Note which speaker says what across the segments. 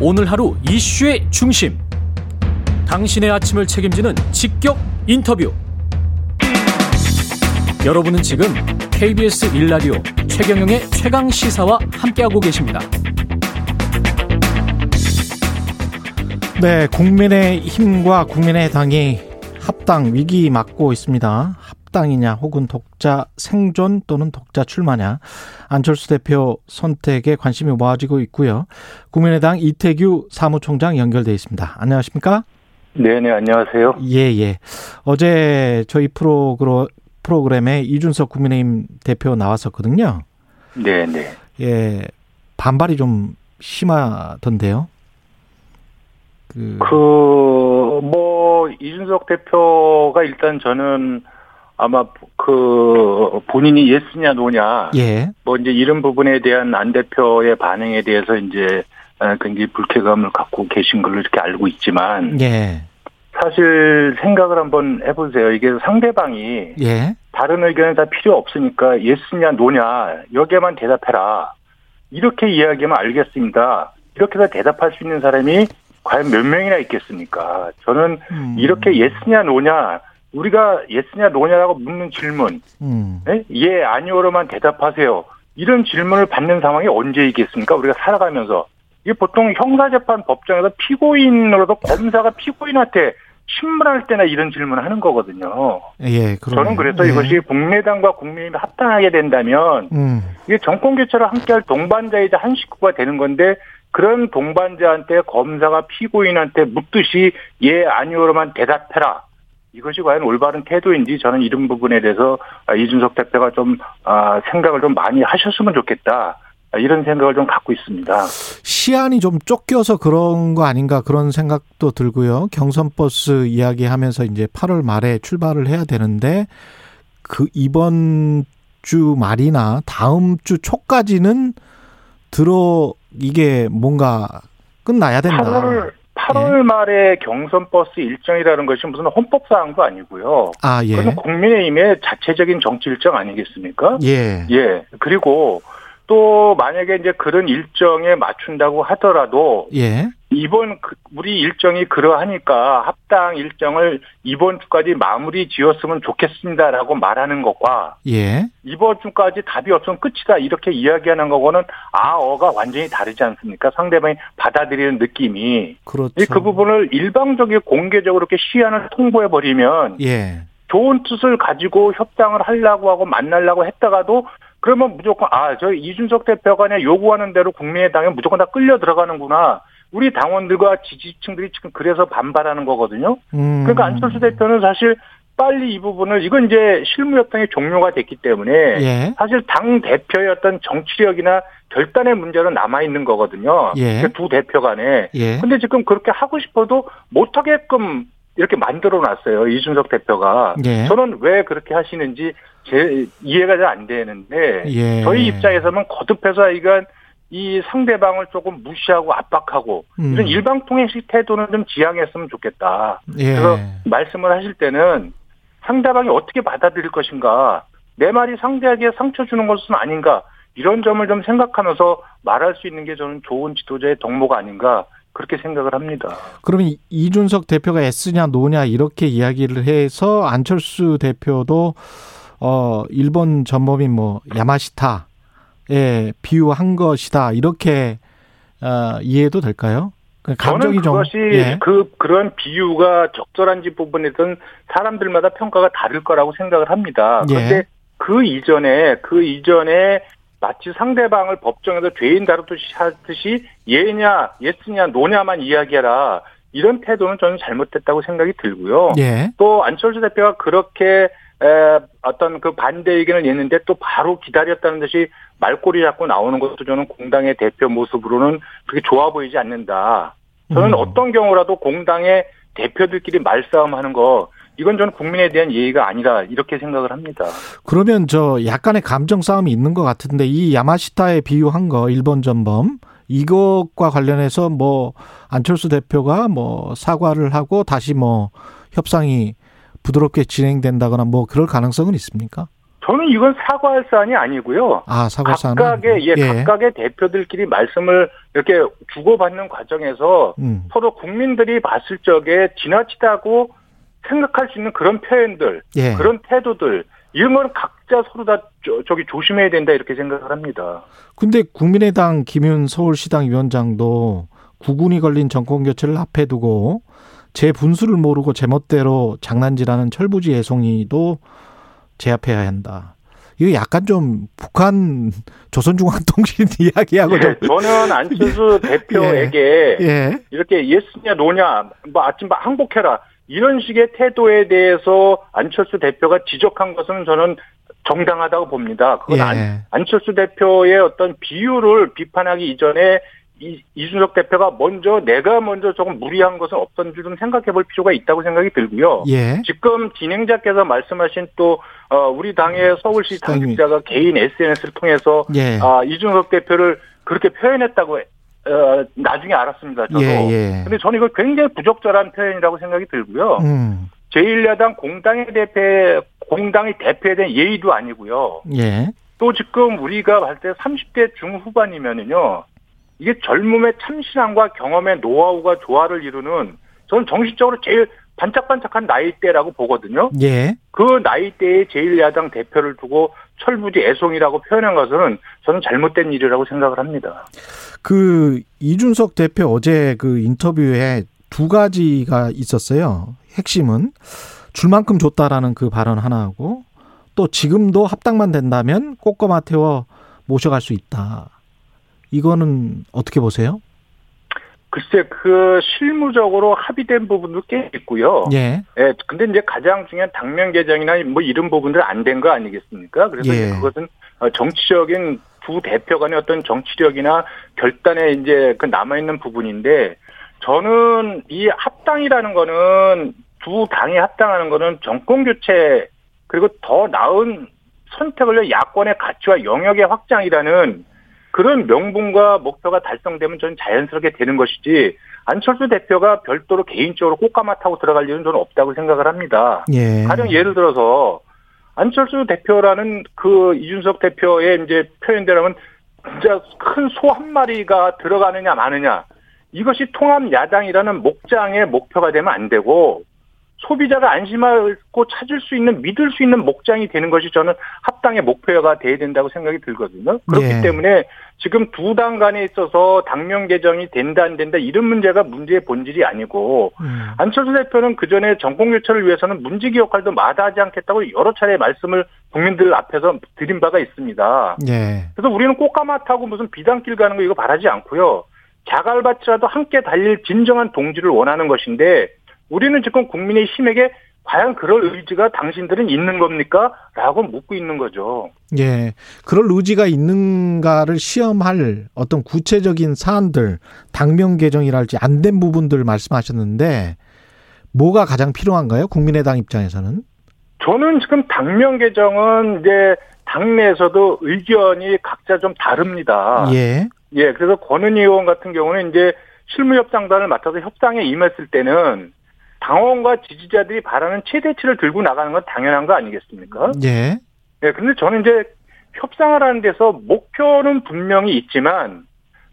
Speaker 1: 오늘 하루 이슈의 중심. 당신의 아침을 책임지는 직격 인터뷰. 여러분은 지금 KBS 일라디오 최경영의 최강 시사와 함께하고 계십니다.
Speaker 2: 네, 국민의 힘과 국민의 당이 합당 위기 맞고 있습니다. 합당이냐 혹은 독자 생존 또는 독자 출마냐 안철수 대표 선택에 관심이 모아지고 있고요. 국민의당 이태규 사무총장 연결돼 있습니다. 안녕하십니까?
Speaker 3: 네네 안녕하세요.
Speaker 2: 예, 예. 어제 저희 프로그로, 프로그램에 이준석 국민의힘 대표 나왔었거든요.
Speaker 3: 네네
Speaker 2: 예. 반발이 좀 심하던데요. 그,
Speaker 3: 그 뭐 이준석 대표가 일단 저는 아마 그 본인이 예스냐 노냐
Speaker 2: 예.
Speaker 3: 뭐 이제 이런 부분에 대한 안 대표의 반응에 대해서 이제 어, 굉장히 불쾌감을 갖고 계신 걸로 이렇게 알고 있지만
Speaker 2: 예.
Speaker 3: 사실 생각을 한번 해보세요. 이게 상대방이
Speaker 2: 예.
Speaker 3: 다른 의견은 다 필요 없으니까 예스냐 노냐 여기에만 대답해라 이렇게 이야기하면 알겠습니다 이렇게 해서 대답할 수 있는 사람이 과연 몇 명이나 있겠습니까 저는
Speaker 2: 음.
Speaker 3: 이렇게 예스냐 노냐 우리가 예스냐 노냐라고 묻는 질문
Speaker 2: 음.
Speaker 3: 예? 예 아니오로만 대답하세요 이런 질문을 받는 상황이 언제이겠습니까 우리가 살아가면서 이게 보통 형사재판 법정에서 피고인으로서 검사가 피고인한테 신문할 때나 이런 질문을 하는 거거든요.
Speaker 2: 예, 그러
Speaker 3: 저는 그래서 이것이 국민의당과 국민의힘이 합당하게 된다면
Speaker 2: 음.
Speaker 3: 이게 정권 교체를 함께할 동반자이자 한 식구가 되는 건데 그런 동반자한테 검사가 피고인한테 묻듯이 예 아니오로만 대답해라. 이것이 과연 올바른 태도인지 저는 이런 부분에 대해서 아, 이준석 대표가 좀 아, 생각을 좀 많이 하셨으면 좋겠다. 아, 이런 생각을 좀 갖고 있습니다.
Speaker 2: 시안이 좀 쫓겨서 그런 거 아닌가 그런 생각도 들고요. 경선 버스 이야기하면서 이제 8월 말에 출발을 해야 되는데 그 이번 주 말이나 다음 주 초까지는 들어 이게 뭔가 끝나야 된다.
Speaker 3: 8월 8월
Speaker 2: 네.
Speaker 3: 말에 경선 버스 일정이라는 것이 무슨 헌법 사항도 아니고요.
Speaker 2: 아, 예.
Speaker 3: 그건 국민의힘의 자체적인 정치 일정 아니겠습니까?
Speaker 2: 예.
Speaker 3: 예. 그리고 또 만약에 이제 그런 일정에 맞춘다고 하더라도
Speaker 2: 예.
Speaker 3: 이번 그- 우리 일정이 그러하니까 합당 일정을 이번 주까지 마무리 지었으면 좋겠습니다라고 말하는 것과
Speaker 2: 예.
Speaker 3: 이번 주까지 답이 없으면 끝이다 이렇게 이야기하는 거고는 아어가 완전히 다르지 않습니까? 상대방이 받아들이는 느낌이
Speaker 2: 그렇죠.
Speaker 3: 이 그 부분을 일방적이고 공개적으로 이렇게 시안을 통보해 버리면
Speaker 2: 예.
Speaker 3: 좋은 뜻을 가지고 협상을 하려고 하고 만나려고 했다가도 그러면 무조건 아 저 이준석 대표가 그냥 요구하는 대로 국민의당에 무조건 다 끌려 들어가는구나. 우리 당원들과 지지층들이 지금 그래서 반발하는 거거든요.
Speaker 2: 음.
Speaker 3: 그러니까 안철수 대표는 사실 빨리 이 부분을 이건 이제 실무협상이 종료가 됐기 때문에
Speaker 2: 예.
Speaker 3: 사실 당 대표의 어떤 정치력이나 결단의 문제는 남아 있는 거거든요.
Speaker 2: 예.
Speaker 3: 그 두 대표 간에
Speaker 2: 예.
Speaker 3: 근데 지금 그렇게 하고 싶어도 못하게끔 이렇게 만들어 놨어요. 이준석 대표가.
Speaker 2: 예.
Speaker 3: 저는 왜 그렇게 하시는지 제 이해가 잘 안 되는데
Speaker 2: 예.
Speaker 3: 저희 입장에서는 거듭해서 이건 이 상대방을 조금 무시하고 압박하고
Speaker 2: 음.
Speaker 3: 이런 일방통행식 태도는 좀 지양했으면 좋겠다.
Speaker 2: 예.
Speaker 3: 그래서 말씀을 하실 때는 상대방이 어떻게 받아들일 것인가 내 말이 상대에게 상처 주는 것은 아닌가 이런 점을 좀 생각하면서 말할 수 있는 게 저는 좋은 지도자의 덕목 아닌가 그렇게 생각을 합니다.
Speaker 2: 그러면 이- 이준석 대표가 S냐 노냐 이렇게 이야기를 해서 안철수 대표도 어 일본 전범인 뭐 야마시타에 비유한 것이다 이렇게 어, 이해도 될까요? 그 감정이
Speaker 3: 저는
Speaker 2: 좀
Speaker 3: 그것이
Speaker 2: 예.
Speaker 3: 그 그런 비유가 적절한지 부분에선 사람들마다 평가가 다를 거라고 생각을 합니다.
Speaker 2: 예.
Speaker 3: 그런데 그 이전에 그 이전에 마치 상대방을 법정에서 죄인 다루듯이 하듯이 예냐 예스냐 노냐만 이야기해라 이런 태도는 저는 잘못됐다고 생각이 들고요.
Speaker 2: 예.
Speaker 3: 또 안철수 대표가 그렇게 에, 어떤 그 반대 의견을 냈는데 또 바로 기다렸다는 듯이 말꼬리 잡고 나오는 것도 저는 공당의 대표 모습으로는 그렇게 좋아 보이지 않는다. 저는
Speaker 2: 음.
Speaker 3: 어떤 경우라도 공당의 대표들끼리 말싸움하는 거 이건 저는 국민에 대한 예의가 아니라 이렇게 생각을 합니다.
Speaker 2: 그러면 저 약간의 감정 싸움이 있는 것 같은데 이 야마시타에 비유한 거 일본 전범 이것과 관련해서 뭐 안철수 대표가 뭐 사과를 하고 다시 뭐 협상이 부드럽게 진행된다거나 뭐 그럴 가능성은 있습니까?
Speaker 3: 저는 이건 사과할 사안이 아니고요.
Speaker 2: 아, 사과 사는
Speaker 3: 각각의 예, 각각의 대표들끼리 말씀을 이렇게 주고받는 과정에서
Speaker 2: 음.
Speaker 3: 서로 국민들이 봤을 적에 지나치다고 생각할 수 있는 그런 표현들,
Speaker 2: 예.
Speaker 3: 그런 태도들 이런 건 각자 서로 다 저, 저기 조심해야 된다 이렇게 생각을 합니다.
Speaker 2: 근데 국민의당 김윤 서울시당 위원장도 구군이 걸린 정권 교체를 앞에 두고 제 분수를 모르고 제멋대로 장난질하는 철부지 예송이도 제압해야 한다. 이거 약간 좀 북한 조선중앙통신 이야기하고 좀
Speaker 3: 예, 저는 안철수 대표에게
Speaker 2: 예.
Speaker 3: 이렇게 예스냐 노냐 뭐 아침 밥 항복해라 이런 식의 태도에 대해서 안철수 대표가 지적한 것은 저는 정당하다고 봅니다. 그건
Speaker 2: 예.
Speaker 3: 안, 안철수 대표의 어떤 비유를 비판하기 이전에 이, 이준석 대표가 먼저 내가 먼저 조금 무리한 것은 없던지 좀 생각해 볼 필요가 있다고 생각이 들고요.
Speaker 2: 예.
Speaker 3: 지금 진행자께서 말씀하신 또 어, 우리 당의 서울시
Speaker 2: 예. 시장이-
Speaker 3: 당직자가 개인 SNS를 통해서
Speaker 2: 예.
Speaker 3: 아, 이준석 대표를 그렇게 표현했다고 어, 나중에 알았습니다. 저도.
Speaker 2: 예, 예.
Speaker 3: 근데 저는 이거 굉장히 부적절한 표현이라고 생각이 들고요.
Speaker 2: 음.
Speaker 3: 제1야당 공당의 대표 공당이 대표에 대한 예의도 아니고요.
Speaker 2: 예.
Speaker 3: 또 지금 우리가 봤을 때 30대 중후반이면은요. 이게 젊음의 참신함과 경험의 노하우가 조화를 이루는 저는 정신적으로 제일 반짝반짝한 나이대라고 보거든요.
Speaker 2: 예.
Speaker 3: 그 나이대에 제1야당 대표를 두고 철부지 애송이라고 표현한 것은 저는 잘못된 일이라고 생각을 합니다.
Speaker 2: 그 이준석 대표 어제 그 인터뷰에 두 가지가 있었어요. 핵심은 줄만큼 줬다라는 그 발언 하나하고 또 지금도 합당만 된다면 꼬꼬마 태워 모셔갈 수 있다. 이거는 어떻게 보세요?
Speaker 3: 글쎄 그 실무적으로 합의된 부분도 꽤 있고요.
Speaker 2: 예.
Speaker 3: 예, 근데 이제 가장 중요한 당면 개정이나 뭐 이런 부분들 안 된 거 아니겠습니까? 그래서
Speaker 2: 예.
Speaker 3: 이제 그것은 어, 정치적인 두 대표 간의 어떤 정치력이나 결단에 이제 그 남아있는 부분인데 저는 이 합당이라는 거는 두 당이 합당하는 거는 정권 교체 그리고 더 나은 선택을 위해 야권의 가치와 영역의 확장이라는 그런 명분과 목표가 달성되면 저는 자연스럽게 되는 것이지 안철수 대표가 별도로 개인적으로 꽃가마 타고 들어갈 일은 저는 없다고 생각을 합니다.
Speaker 2: 예.
Speaker 3: 가령 예를 들어서 안철수 대표라는 그 이준석 대표의 이제 표현대로면 진짜 큰 소 한 마리가 들어가느냐 마느냐 이것이 통합 야당이라는 목장의 목표가 되면 안 되고 소비자가 안심하고 찾을 수 있는 믿을 수 있는 목장이 되는 것이 저는 합당의 목표가 돼야 된다고 생각이 들거든요. 그렇기
Speaker 2: 예.
Speaker 3: 때문에 지금 두 당 간에 있어서 당명 개정이 된다 안 된다 이런 문제가 문제의 본질이 아니고
Speaker 2: 음.
Speaker 3: 안철수 대표는 그 전에 정권 교체를 위해서는 문지기 역할도 마다하지 않겠다고 여러 차례 말씀을 국민들 앞에서 드린 바가 있습니다.
Speaker 2: 예.
Speaker 3: 그래서 우리는 꽃가마 타고 무슨 비단길 가는 거 이거 바라지 않고요. 자갈밭이라도 함께 달릴 진정한 동지를 원하는 것인데 우리는 지금 국민의 힘에게 과연 그럴 의지가 당신들은 있는 겁니까? 라고 묻고 있는 거죠.
Speaker 2: 예. 그럴 의지가 있는가를 시험할 어떤 구체적인 사안들, 당명 개정이랄지 안 된 부분들 말씀하셨는데 뭐가 가장 필요한가요? 국민의당 입장에서는?
Speaker 3: 저는 지금 당명 개정은 이제 당내에서도 의견이 각자 좀 다릅니다.
Speaker 2: 예.
Speaker 3: 예, 그래서 권은희 의원 같은 경우는 이제 실무협상단을 맡아서 협상에 임했을 때는 당원과 지지자들이 바라는 최대치를 들고 나가는 건 당연한 거 아니겠습니까?
Speaker 2: 예.
Speaker 3: 예, 근데 저는 이제 협상을 하는 데서 목표는 분명히 있지만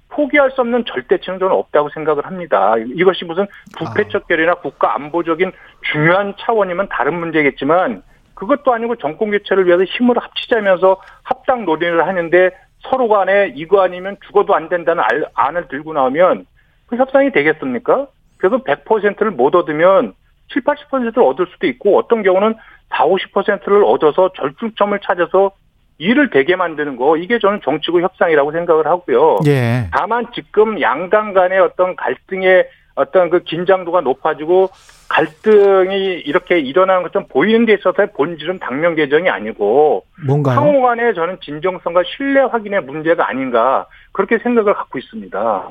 Speaker 3: 포기할 수 없는 절대치는 저는 없다고 생각을 합니다. 이것이 무슨 부패척결이나 국가 안보적인 중요한 차원이면 다른 문제겠지만 그것도 아니고 정권 교체를 위해서 힘을 합치자면서 합당 논의를 하는데 서로 간에 이거 아니면 죽어도 안 된다는 알- 안을 들고 나오면 그 협상이 되겠습니까? 그래서 100%를 못 얻으면 7, 80%를 얻을 수도 있고 어떤 경우는 4, 50%를 얻어서 절충점을 찾아서 일을 되게 만드는 거 이게 저는 정치구 협상이라고 생각을 하고요.
Speaker 2: 예.
Speaker 3: 다만 지금 양당 간의 어떤 갈등의 어떤 그 긴장도가 높아지고 갈등이 이렇게 일어나는 것 좀 보이는 데 있어서의 본질은 당면 개정이 아니고
Speaker 2: 뭔가요?
Speaker 3: 상호 간의 저는 진정성과 신뢰 확인의 문제가 아닌가 그렇게 생각을 갖고 있습니다.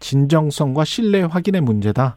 Speaker 2: 진정성과 신뢰 확인의 문제다.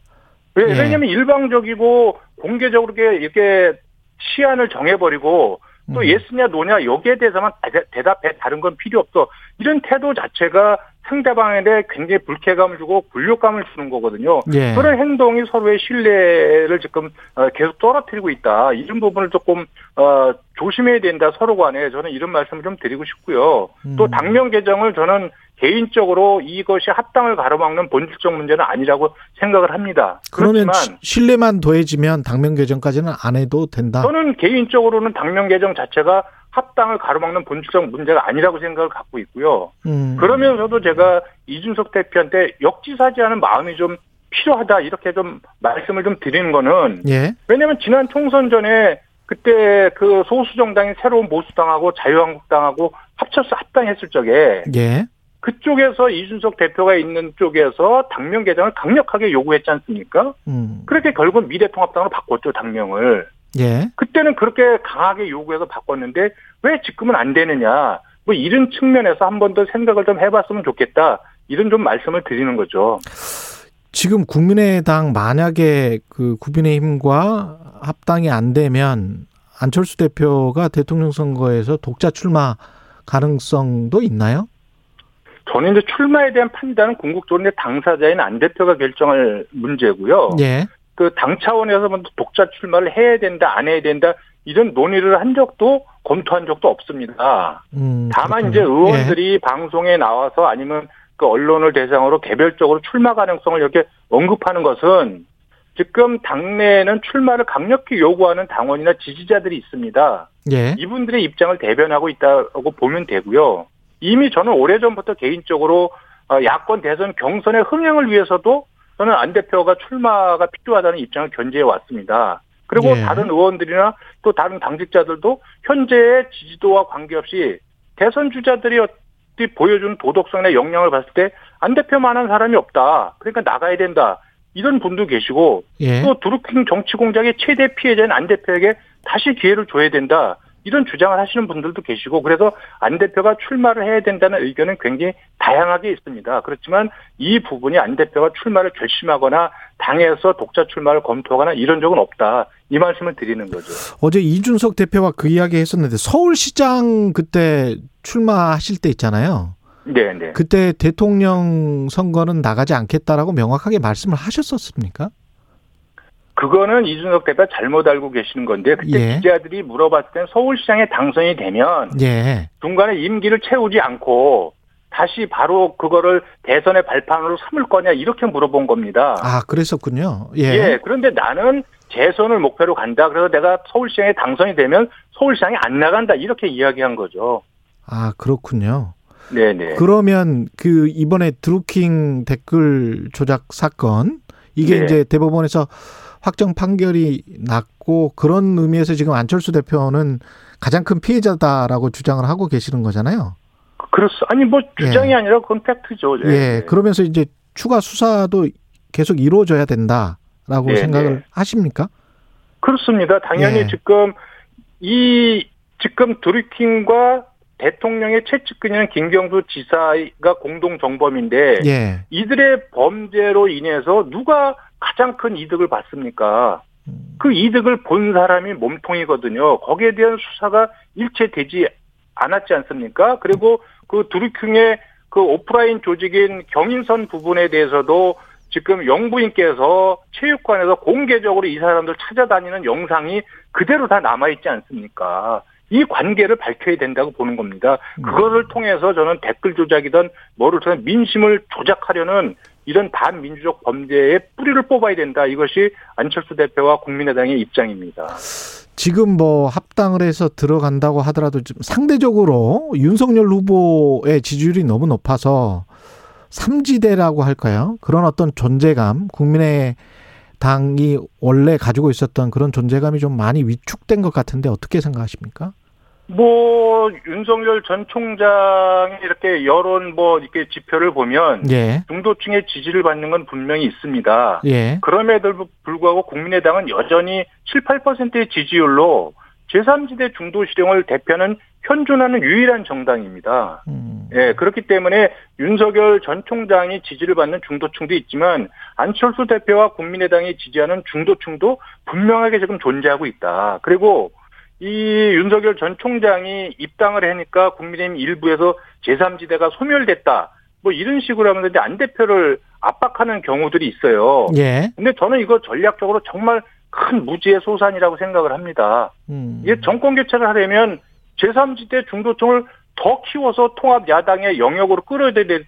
Speaker 3: 왜,
Speaker 2: 예.
Speaker 3: 왜냐면 일방적이고 공개적으로 이렇게- 이렇게 시안을 정해버리고 또
Speaker 2: 음.
Speaker 3: 예스냐 노냐 여기에 대해서만 대- 대답해 다른 건 필요 없어 이런 태도 자체가 상대방에게 굉장히 불쾌감을 주고 굴욕감을 주는 거거든요.
Speaker 2: 예.
Speaker 3: 그런 행동이 서로의 신뢰를 지금 어, 계속 떨어뜨리고 있다. 이런 부분을 조금 어, 조심해야 된다. 서로 간에 저는 이런 말씀을 좀 드리고 싶고요. 또
Speaker 2: 음.
Speaker 3: 당명 개정을 저는 개인적으로 이것이 합당을 가로막는 본질적 문제는 아니라고 생각을 합니다.
Speaker 2: 그러면 시-
Speaker 3: 그렇지만
Speaker 2: 신뢰만 더해지면 당면 개정까지는 안 해도 된다.
Speaker 3: 저는 개인적으로는 당명 개정 자체가 합당을 가로막는 본질적 문제가 아니라고 생각을 갖고 있고요.
Speaker 2: 음.
Speaker 3: 그러면서도 제가 이준석 대표한테 역지사지하는 마음이 좀 필요하다 이렇게 좀 말씀을 좀 드리는 거는
Speaker 2: 예.
Speaker 3: 왜냐하면 지난 총선 전에 그때 그 소수 정당인 새로운 보수당하고 자유한국당하고 합쳐서 합당했을 적에
Speaker 2: 예.
Speaker 3: 그쪽에서 이준석 대표가 있는 쪽에서 당명 개정을 강력하게 요구했지 않습니까?
Speaker 2: 음.
Speaker 3: 그렇게 결국 미래통합당으로 바꿨죠 당명을.
Speaker 2: 예.
Speaker 3: 그때는 그렇게 강하게 요구해서 바꿨는데 왜 지금은 안 되느냐 뭐 이런 측면에서 한 번 더 생각을 좀 해봤으면 좋겠다 이런 좀 말씀을 드리는 거죠.
Speaker 2: 지금 국민의당 만약에 그 국민의힘과 합당이 안 되면 안철수 대표가 대통령 선거에서 독자 출마 가능성도 있나요?
Speaker 3: 저는 이제 출마에 대한 판단은 궁극적으로 이제 당사자인 안 대표가 결정할 문제고요.
Speaker 2: 예.
Speaker 3: 그 당 차원에서 먼저 독자 출마를 해야 된다 안 해야 된다 이런 논의를 한 적도 검토한 적도 없습니다.
Speaker 2: 음, 그렇군요.
Speaker 3: 다만 이제
Speaker 2: 예.
Speaker 3: 의원들이 방송에 나와서 아니면 그 언론을 대상으로 개별적으로 출마 가능성을 이렇게 언급하는 것은 지금 당내에는 출마를 강력히 요구하는 당원이나 지지자들이 있습니다.
Speaker 2: 예.
Speaker 3: 이분들의 입장을 대변하고 있다고 보면 되고요. 이미 저는 오래전부터 개인적으로 어, 야권 대선 경선의 흥행을 위해서도 저는 안 대표가 출마가 필요하다는 입장을 견지해 왔습니다. 그리고
Speaker 2: 예.
Speaker 3: 다른 의원들이나 또 다른 당직자들도 현재의 지지도와 관계없이 대선 주자들이 어떻게 보여준 도덕성이나 역량을 봤을 때 안 대표만한 사람이 없다. 그러니까 나가야 된다. 이런 분도 계시고
Speaker 2: 예.
Speaker 3: 또 드루킹 정치 공작의 최대 피해자인 안 대표에게 다시 기회를 줘야 된다. 이런 주장을 하시는 분들도 계시고 그래서 안 대표가 출마를 해야 된다는 의견은 굉장히 다양하게 있습니다. 그렇지만 이 부분이 안 대표가 출마를 결심하거나 당에서 독자 출마를 검토하거나 이런 적은 없다. 이 말씀을 드리는 거죠.
Speaker 2: 어제 이준석 대표와 그 이야기 했었는데 서울시장 그때 출마하실 때 있잖아요.
Speaker 3: 네, 네.
Speaker 2: 그때 대통령 선거는 나가지 않겠다라고 명확하게 말씀을 하셨었습니까?
Speaker 3: 그거는 이준석 대표 가 잘못 알고 계시는 건데
Speaker 2: 예.
Speaker 3: 그때 기자들이 물어봤을 땐 서울시장에 당선이 되면
Speaker 2: 예.
Speaker 3: 중간에 임기를 채우지 않고 다시 바로 그거를 대선의 발판으로 삼을 거냐 이렇게 물어본 겁니다.
Speaker 2: 아, 그랬었군요. 예.
Speaker 3: 예. 그런데 나는 재선을 목표로 간다. 그래서 내가 서울시장에 당선이 되면 서울시장에 안 나간다. 이렇게 이야기한 거죠.
Speaker 2: 아, 그렇군요.
Speaker 3: 네네.
Speaker 2: 그러면 그 이번에 드루킹 댓글 조작 사건 이게
Speaker 3: 네.
Speaker 2: 이제 대법원에서 확정 판결이 났고 그런 의미에서 지금 안철수 대표는 가장 큰 피해자다라고 주장을 하고 계시는 거잖아요.
Speaker 3: 그렇소. 아니 뭐 주장이
Speaker 2: 예.
Speaker 3: 아니라 그건 팩트죠.
Speaker 2: 예. 그러면서 이제 추가 수사도 계속 이루어져야 된다라고
Speaker 3: 네,
Speaker 2: 생각을
Speaker 3: 네.
Speaker 2: 하십니까?
Speaker 3: 그렇습니다. 당연히
Speaker 2: 예.
Speaker 3: 지금 이 지금 드루킹과 대통령의 최측근인 김경수 지사가 공동 정범인데
Speaker 2: 예.
Speaker 3: 이들의 범죄로 인해서 누가 가장 큰 이득을 받습니까? 그 이득을 본 사람이 몸통이거든요. 거기에 대한 수사가 일체되지 않았지 않습니까? 그리고 그 두루킹의 그 오프라인 조직인 경인선 부분에 대해서도 지금 영부인께서 체육관에서 공개적으로 이 사람들 찾아다니는 영상이 그대로 다 남아있지 않습니까? 이 관계를 밝혀야 된다고 보는 겁니다. 그거를 통해서 저는 댓글 조작이든 뭐를 통해 민심을 조작하려는 이런 반민주적 범죄의 뿌리를 뽑아야 된다. 이것이 안철수 대표와 국민의당의 입장입니다.
Speaker 2: 지금 뭐 합당을 해서 들어간다고 하더라도 좀 상대적으로 윤석열 후보의 지지율이 너무 높아서 삼지대라고 할까요? 그런 어떤 존재감, 국민의 당이 원래 가지고 있었던 그런 존재감이 좀 많이 위축된 것 같은데 어떻게 생각하십니까?
Speaker 3: 뭐 윤석열 전 총장의 이렇게 여론 뭐 이렇게 지표를 보면
Speaker 2: 예,
Speaker 3: 중도층의 지지를 받는 건 분명히 있습니다.
Speaker 2: 예,
Speaker 3: 그럼에도 불구하고 국민의당은 여전히 7, 8%의 지지율로 제3지대 중도 실용을 대표하는 현존하는 유일한 정당입니다.
Speaker 2: 음,
Speaker 3: 예, 그렇기 때문에 윤석열 전 총장이 지지를 받는 중도층도 있지만 안철수 대표와 국민의당이 지지하는 중도층도 분명하게 지금 존재하고 있다. 그리고 이 윤석열 전 총장이 입당을 하니까 국민의힘 일부에서 제3지대가 소멸됐다. 뭐 뭐 이런 식으로 하면서 이제 안 대표를 압박하는 경우들이 있어요.
Speaker 2: 예.
Speaker 3: 근데 저는 이거 전략적으로 정말 큰 무지의 소산이라고 생각을 합니다.
Speaker 2: 음.
Speaker 3: 이게 정권 교체를 하려면 제3지대 중도층을 더 키워서 통합 야당의 영역으로 끌어들여야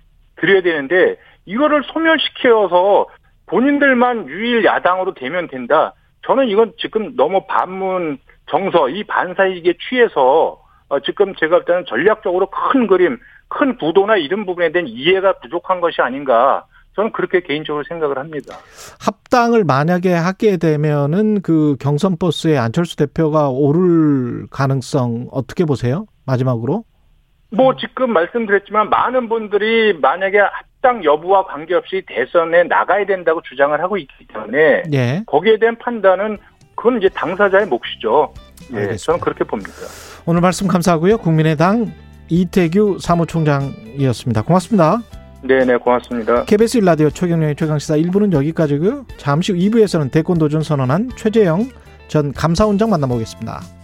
Speaker 3: 되는데 이거를 소멸시켜서 본인들만 유일 야당으로 되면 된다. 저는 이건 지금 너무 반문 정서 이 반사이기에 취해서 어, 지금 제가 볼 때는 전략적으로 큰 그림, 큰 구도나 이런 부분에 대한 이해가 부족한 것이 아닌가. 저는 그렇게 개인적으로 생각을 합니다.
Speaker 2: 합당을 만약에 하게 되면은 그 경선 버스에 안철수 대표가 오를 가능성 어떻게 보세요? 마지막으로. 음.
Speaker 3: 뭐 지금 말씀드렸지만 많은 분들이 만약에 합당 여부와 관계없이 대선에 나가야 된다고 주장을 하고 있기 때문에
Speaker 2: 예.
Speaker 3: 거기에 대한 판단은 그건 이제 당사자의 몫이죠. 예,
Speaker 2: 알겠습니다.
Speaker 3: 저는 그렇게 봅니다.
Speaker 2: 오늘 말씀 감사하고요. 국민의당 이태규 사무총장이었습니다. 고맙습니다.
Speaker 3: 네네 고맙습니다.
Speaker 2: KBS 일라디오 최경영의 최강시사 1부는 여기까지고요. 잠시 후 2부에서는 대권 도전 선언한 최재형 전 감사원장 만나보겠습니다.